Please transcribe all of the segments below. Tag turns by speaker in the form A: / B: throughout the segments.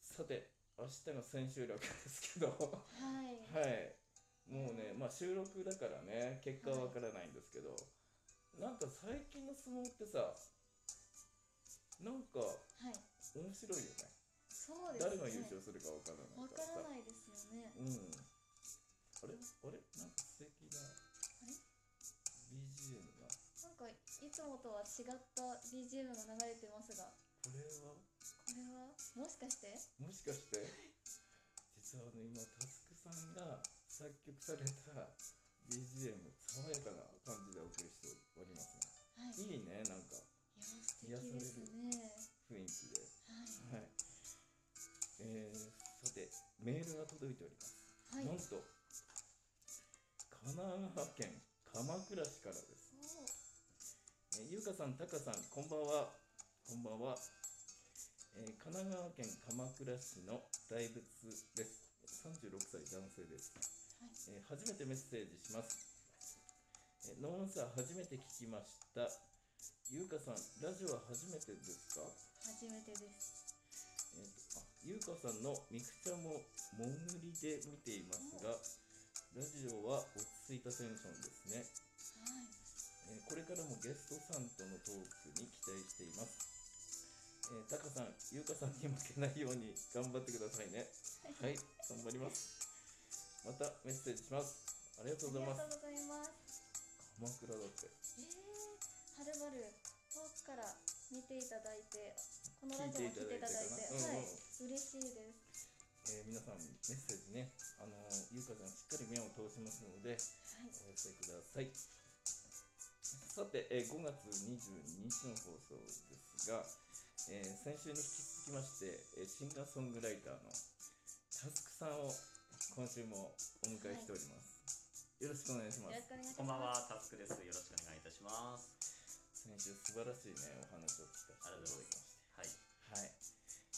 A: さて明日が千秋楽 ですけどは
B: はい、
A: いもうねまあ収録だからね結果はわからないんですけど、なんか最近の相撲ってさなんか
B: はい、
A: 面白いよね
B: そうですね
A: 誰が優勝するかわからな
B: わ
A: いか
B: からら
A: さ
B: ないですよね
A: うんあれあれなんか素敵な
B: あれ
A: BGM が
B: なんかいつもとは違った BGM が流れてますが
A: これは
B: これはもしかして
A: もしかして実はあの今タスクさんが作曲された BGM 爽やかな感じでお送りしております
B: はい
A: ねいいねなんか
B: いや素敵ですね
A: 雰囲気で
B: は
A: はいえー、さてメールが届いております、
B: い
A: な
B: は
A: ん
B: い
A: と神奈川県鎌倉市からです
B: おー
A: えーゆうかさん、たかさん、こんばんは。こんばんは。えー神奈川県鎌倉市の大仏です。36歳男性です、
B: はい
A: えー初めてメッセージします。えーノンサー初めて聞きました。ゆうかさん、ラジオは初めてですか、
B: 初めてです
A: えーとあゆうかさんのミクチャもも塗りで見ていますが、ラジオは落ち着いたテンションですね。
B: はい
A: えーこれからもゲストさんとのトークに期待しています。えー、タカさん、ゆうかさんに負けないように頑張ってくださいね。はい、頑張ります。またメッセージします。ありがとうございま
B: あ
A: す。
B: りがとうございます
A: 鎌倉だって。
B: えー、はるばる遠くから見ていただいてこのラジオも聞いていただいて
A: 聞いていただいてかな
B: はい、
A: うんうん
B: 嬉しいです
A: えー皆さん、メッセージね、あのーゆうかちゃんしっかり目を通しますので、
B: はい
A: お寄せください。さて、えー5月22日の放送ですが、えー先週に引き続きまして、えーシンガーソングライターのタスクさんを今週もお迎えしております。よろしくお願いしま
B: よろしく
A: す。
B: お願いします
C: こんばんは、タスクです。よろしくお願いいたします。
A: 先週素晴らしいね、お話を聞かせていた
C: あり
A: だきま
C: がとうござい
A: し
C: ます。はい。
A: た。はい。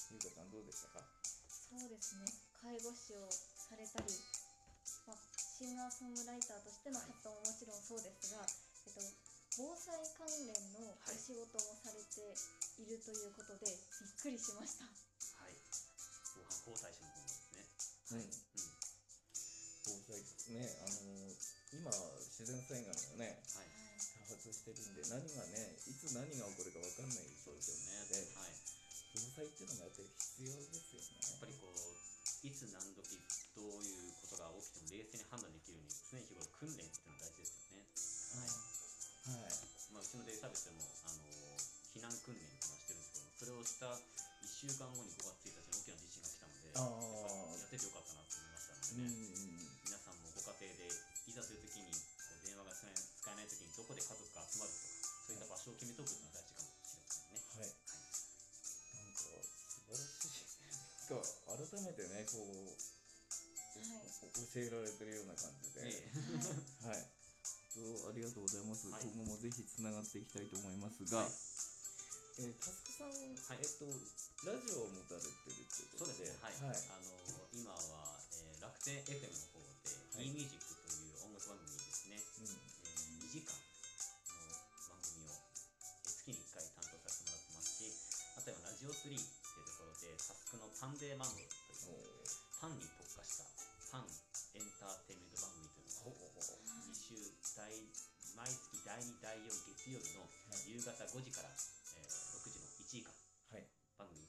A: ゆうかさんどうでしたか
B: そうですね介護士をされたり、まあ、シンガーソングライターとしての活動ももちろんそうですが、えっと、防災関連のお仕事もされているということで、びっくりしました
C: はい。防犯交代者の
A: うん。
C: 方なんですね。う
A: 防
C: ん。
A: 災、ね、あのー今、自然災害がね、
C: はい。
A: 多
B: は
A: 発してるんで、何がね、いつ何が起こるか分かんない状
C: そう
A: 況
C: です
A: で
C: よね。はい。
A: 防災っていうのがやっぱり必要です
C: やっぱ
A: よね。
C: りこう、いつ何時どういうことが起きても冷静に判断できるように、常日頃訓練っていうのは大事ですよね。は
A: はい。
C: い。まあ、うちのデイサービスでも、あの避難訓練っていうのはしてるんですけども、それをした1週間後に5月1日に大きな地震が来たので、
A: あー
C: やっててよかったなと思いました
A: うん
C: ので
A: うん
C: ね。
A: うん。
C: 皆さんもご家庭でいざという時にこう電話が使え使えない時にどこで家族が集まるとかそういった場所を決めておくのが大事かもしれません
A: は
C: ね。
A: い。なんか、素晴らしい。なんか、改めてね、こう、
B: い、はい、
A: 教えられてるような感じで。はい
C: え。
A: 本当ありがとうございます。
C: はい
A: 今後もぜひつながっていきたいと思いますが、
C: はい
A: えー、タスクさん、えっ
C: い
A: と、ラジオを持たれてるって
C: え
A: こ
C: そう
A: と
C: で
A: で、
C: すね、はい
A: はい。
C: あの今は、えー楽天 FM の方
A: は
C: で、
A: い
C: e ミュージックという音楽番組ですね、
A: うん
C: え2時間の番組を、えー月に1回担当させてもらってますしあとはラジオ3っていうところでタスクのパンデーマンデーというパンに特化したパンエンターテインメント番組というの
A: ほ
C: を
A: うほうほう
C: 2週第毎月第2第4月曜日の夕方5時から、えー6時の1時間
A: はい。
C: 番組やっ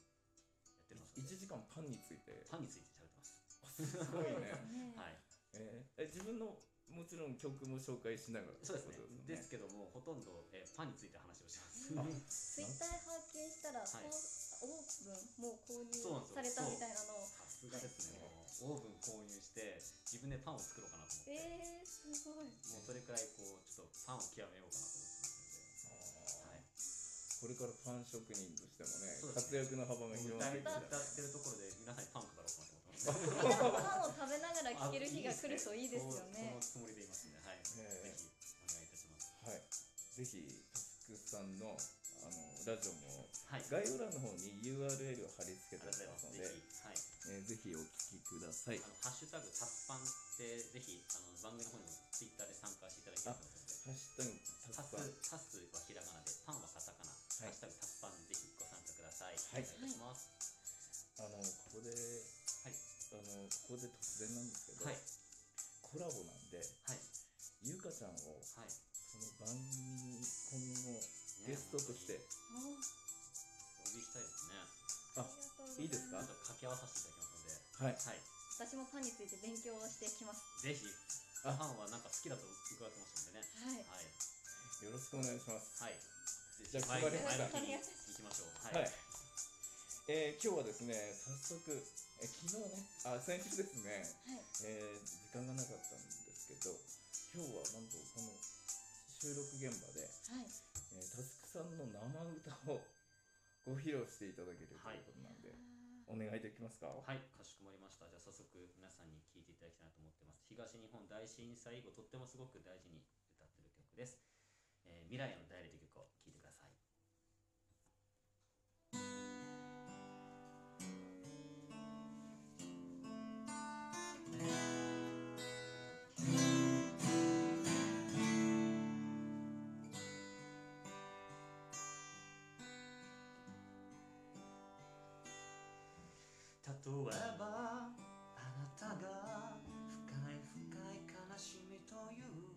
C: てますので
A: 1時間パンについて、
C: パンについて喋ってます、
A: すごいね。
B: ね
C: はい
A: えーえ自分のもちろん曲も紹介しながらって
C: そう
A: こ
C: で
A: と
C: すねですけどもほとんど、えーパンについて話をしてます、
B: ツイッター発見したら、
C: い
B: こうオープンもう購入
C: そうなんです
B: された
C: よ
B: みたいなのを
C: さすがですねもうオーブン購入して自分でパンを作ろうかなと思って、
B: えー、すごい
C: もうそれくらいこうちょっとパンを極めようかなと思ってます
A: あ
C: ので、はい
A: ーこれからパン職人としてもね
C: そうです
A: 活
C: ね
A: 躍の幅が広
C: もう
A: がって
C: だい
A: いく
C: ぶ歌
A: ん
C: っ
A: だ
C: てるところで皆さんにパン配ろうかなと思ってます
B: みんなパンを食べながら聴ける日が来るといいですよね
C: あいいですそのつもりでいますね。はい。
A: ええ
C: ぜひお願いいたします。
A: はいぜひタスクさんのあのラジオも
C: はい。
A: 概要欄の方に URL を貼り付け
C: あ
A: て
C: り
A: お
C: がとうござ
A: り
C: い
A: ま
C: ますす。
A: のでえ
C: ぜひ、はい。
A: ーぜひお聞きください
C: あのハッシュタグタスパンってぜひあの番組の方にもツイッターで参加していただきたいと思いますので。
A: ハッシュタグ
C: タ
A: タスパン
C: スタスはひらがなでパンはカタカナ、ハッシュタグタスパンでぜひご参加ください。
A: はい
C: お願いいたします。
A: あのここで、
C: はい
A: あのここで突然なんですけど、
C: はい
A: コラボなんで
C: はい
A: ゆかちゃんを
C: はい
A: その番組に今後ゲストとして、
B: お
C: お呼びしたいですね
B: あ
A: あい
B: りがとうございます
A: いです
C: ちょ
A: か
C: っと掛け合わさせていただきますので
A: はい
C: はい
B: 私もパンについて勉強をしてきます
C: ぜひ
A: あ
C: パンはなんか好きだと伺ってましたんでね
B: はい
C: はい
A: よろしくお願いします
C: はい
A: じゃあ
C: 前
A: 配りました
C: 前向きに行きましょう
A: は、
C: はい
A: えー今日はですね早速えー昨日ねあ先週ですね、
B: は
A: え
B: い
A: ー時間がなかったんですけど今日はなんとこの収録現場で、
B: はい
A: えータスクさんの生歌をご披露していただけるということなんで、お願いできますか
C: はい、かしこまりました。じゃあ早速皆さんに聴いていただきたいなと思ってます。東日本大震災以後、とってもすごく大事に歌ってる曲です。えー未来へのダイレクト曲を聴いてください。例えばあなたが深い深い悲しみという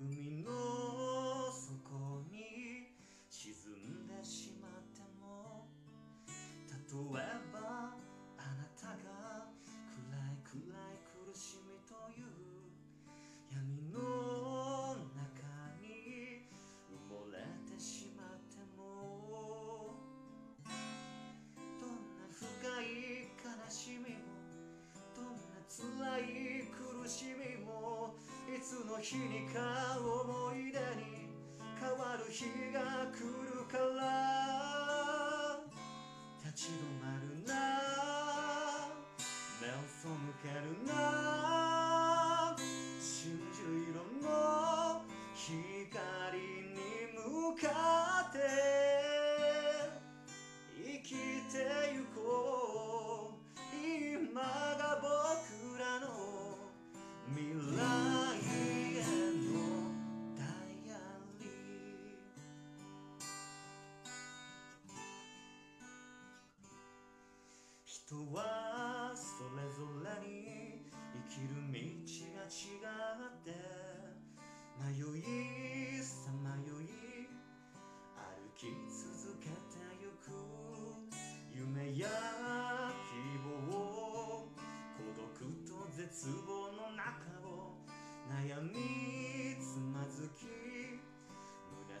C: 海の底に沈んでしまっても例えばあなたが暗い暗い苦しみという闇の中に埋もれてしまってもどんな深い悲しみもどんな辛い苦しみもいつの日にか思い出に変わる日が来るから立ち止まるな目を背けるな真珠色の光に向かって生きてゆこう今が僕らの未来へのダイアリー人はそれぞれに生きる道が違って迷いさまよい歩き続けてゆく夢や希望孤独と絶望の中を悩みつまずき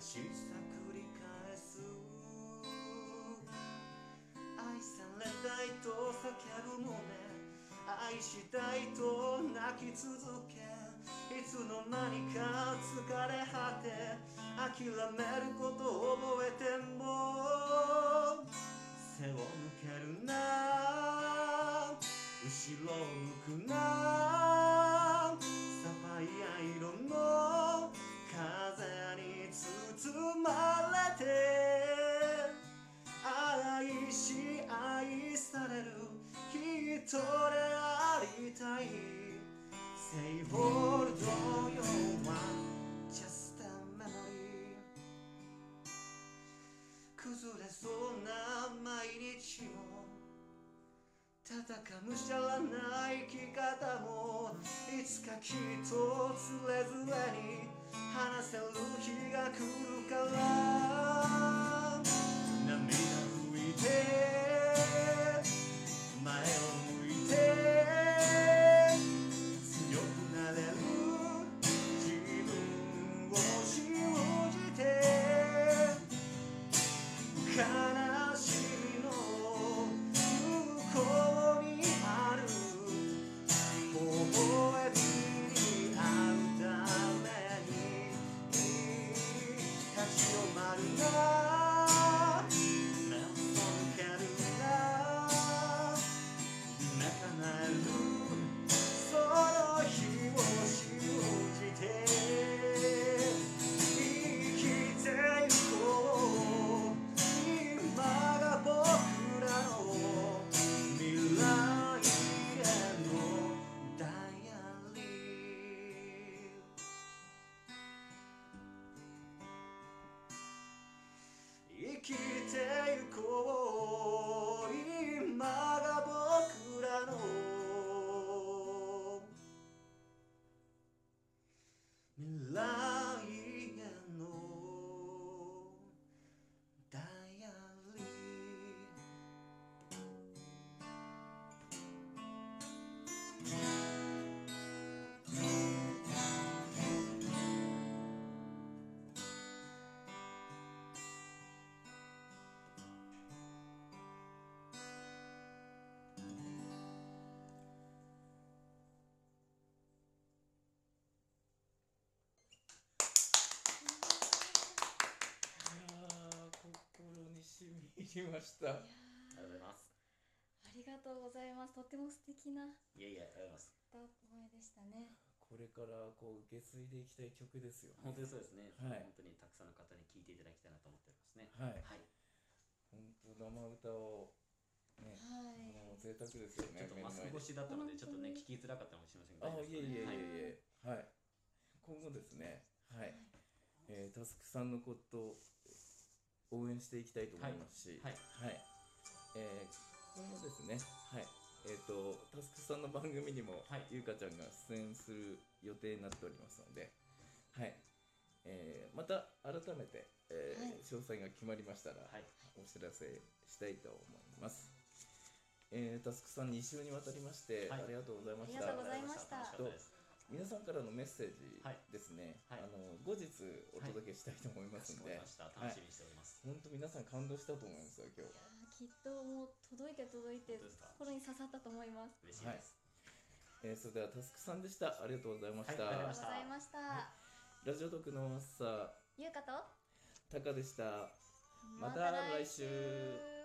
C: 虚しさ繰り返す愛されたいと叫ぶのね愛したいと泣き続けいつの間にか疲れ果て諦めることを覚えても背を向けるな後ろを向くなサファイア色の風に包まれて愛し愛される人でありたい Say all the you want Just a memory 崩れそうな毎日も戦むしゃらな生き方もいつかきっとつれづれに話せる日が来るから涙拭いて前を向いて強くなれる自分を信じて悲しみの向こうにある微笑みに会うために立ち止まるな目を背けるな夢叶えるその日を信じて生きていこう今が僕
A: 行きました。
B: いや
C: ありがとうござい
B: ーありがとうございま
C: ます
B: す。とても素敵ない
C: やいやありがとうござい
B: 歌声
C: ます
B: でしたね。
A: これからこう下水でいきたい曲ですよ。
C: 本当にそうですね、
A: はい
C: 本当にたくさんの方に聞いていただきたいなと思っておりますね
A: はい。
C: はい
A: 本当生歌をね、
B: はい。
A: もう贅沢ですよ
C: ちょ
A: ね
C: っ。と
A: 目の
C: マス
A: 前
C: ク
A: で
C: 越しだったので、ちょっとね、
B: 目の前で
C: 聞きづらかったかもしれません
A: あ
C: が、大
A: いえ
C: 丈夫
A: い
C: です
A: えい
C: かねはい
A: えいえ。はい。今後ですね、はい。えー、タスクさんのことを応援していきたいと思いますし、
C: はい
A: はいえー今後ですね、はいえー、とタスクさんの番組にも、
C: はい
A: ゆうかちゃんが出演する予定になっておりますので、はいえーまた改めて、えー
B: はい
A: 詳細が決まりましたら
C: はい、
A: お知らせしたいと思います。えータスクさん2週にわたりまして、
C: は
A: あ
C: い
A: りがとうございまし
B: ありが
A: た
B: とうございました。
C: 楽しかったです。
A: 皆さんからのメッセージ
C: はい
A: ですね、
C: は
A: あ
C: い
A: の後日お届けしたいと思いま
C: か
A: す
C: し
A: の
C: こ
A: で、
C: まりました。楽しみにしております。
A: 本当皆さん感動したと思いますよ今
B: いやーきっともう届いて届いて
C: 本当ですか
B: 心に刺さったと思います。
C: 嬉しいです。
A: 日、えーそれではタスクさんでしたありがとうございました、
C: はいあり
B: あり
C: が
B: がとうございました。
C: と
A: ラジオ特のマッサー
B: ゆうかと
A: タカでしたまた来週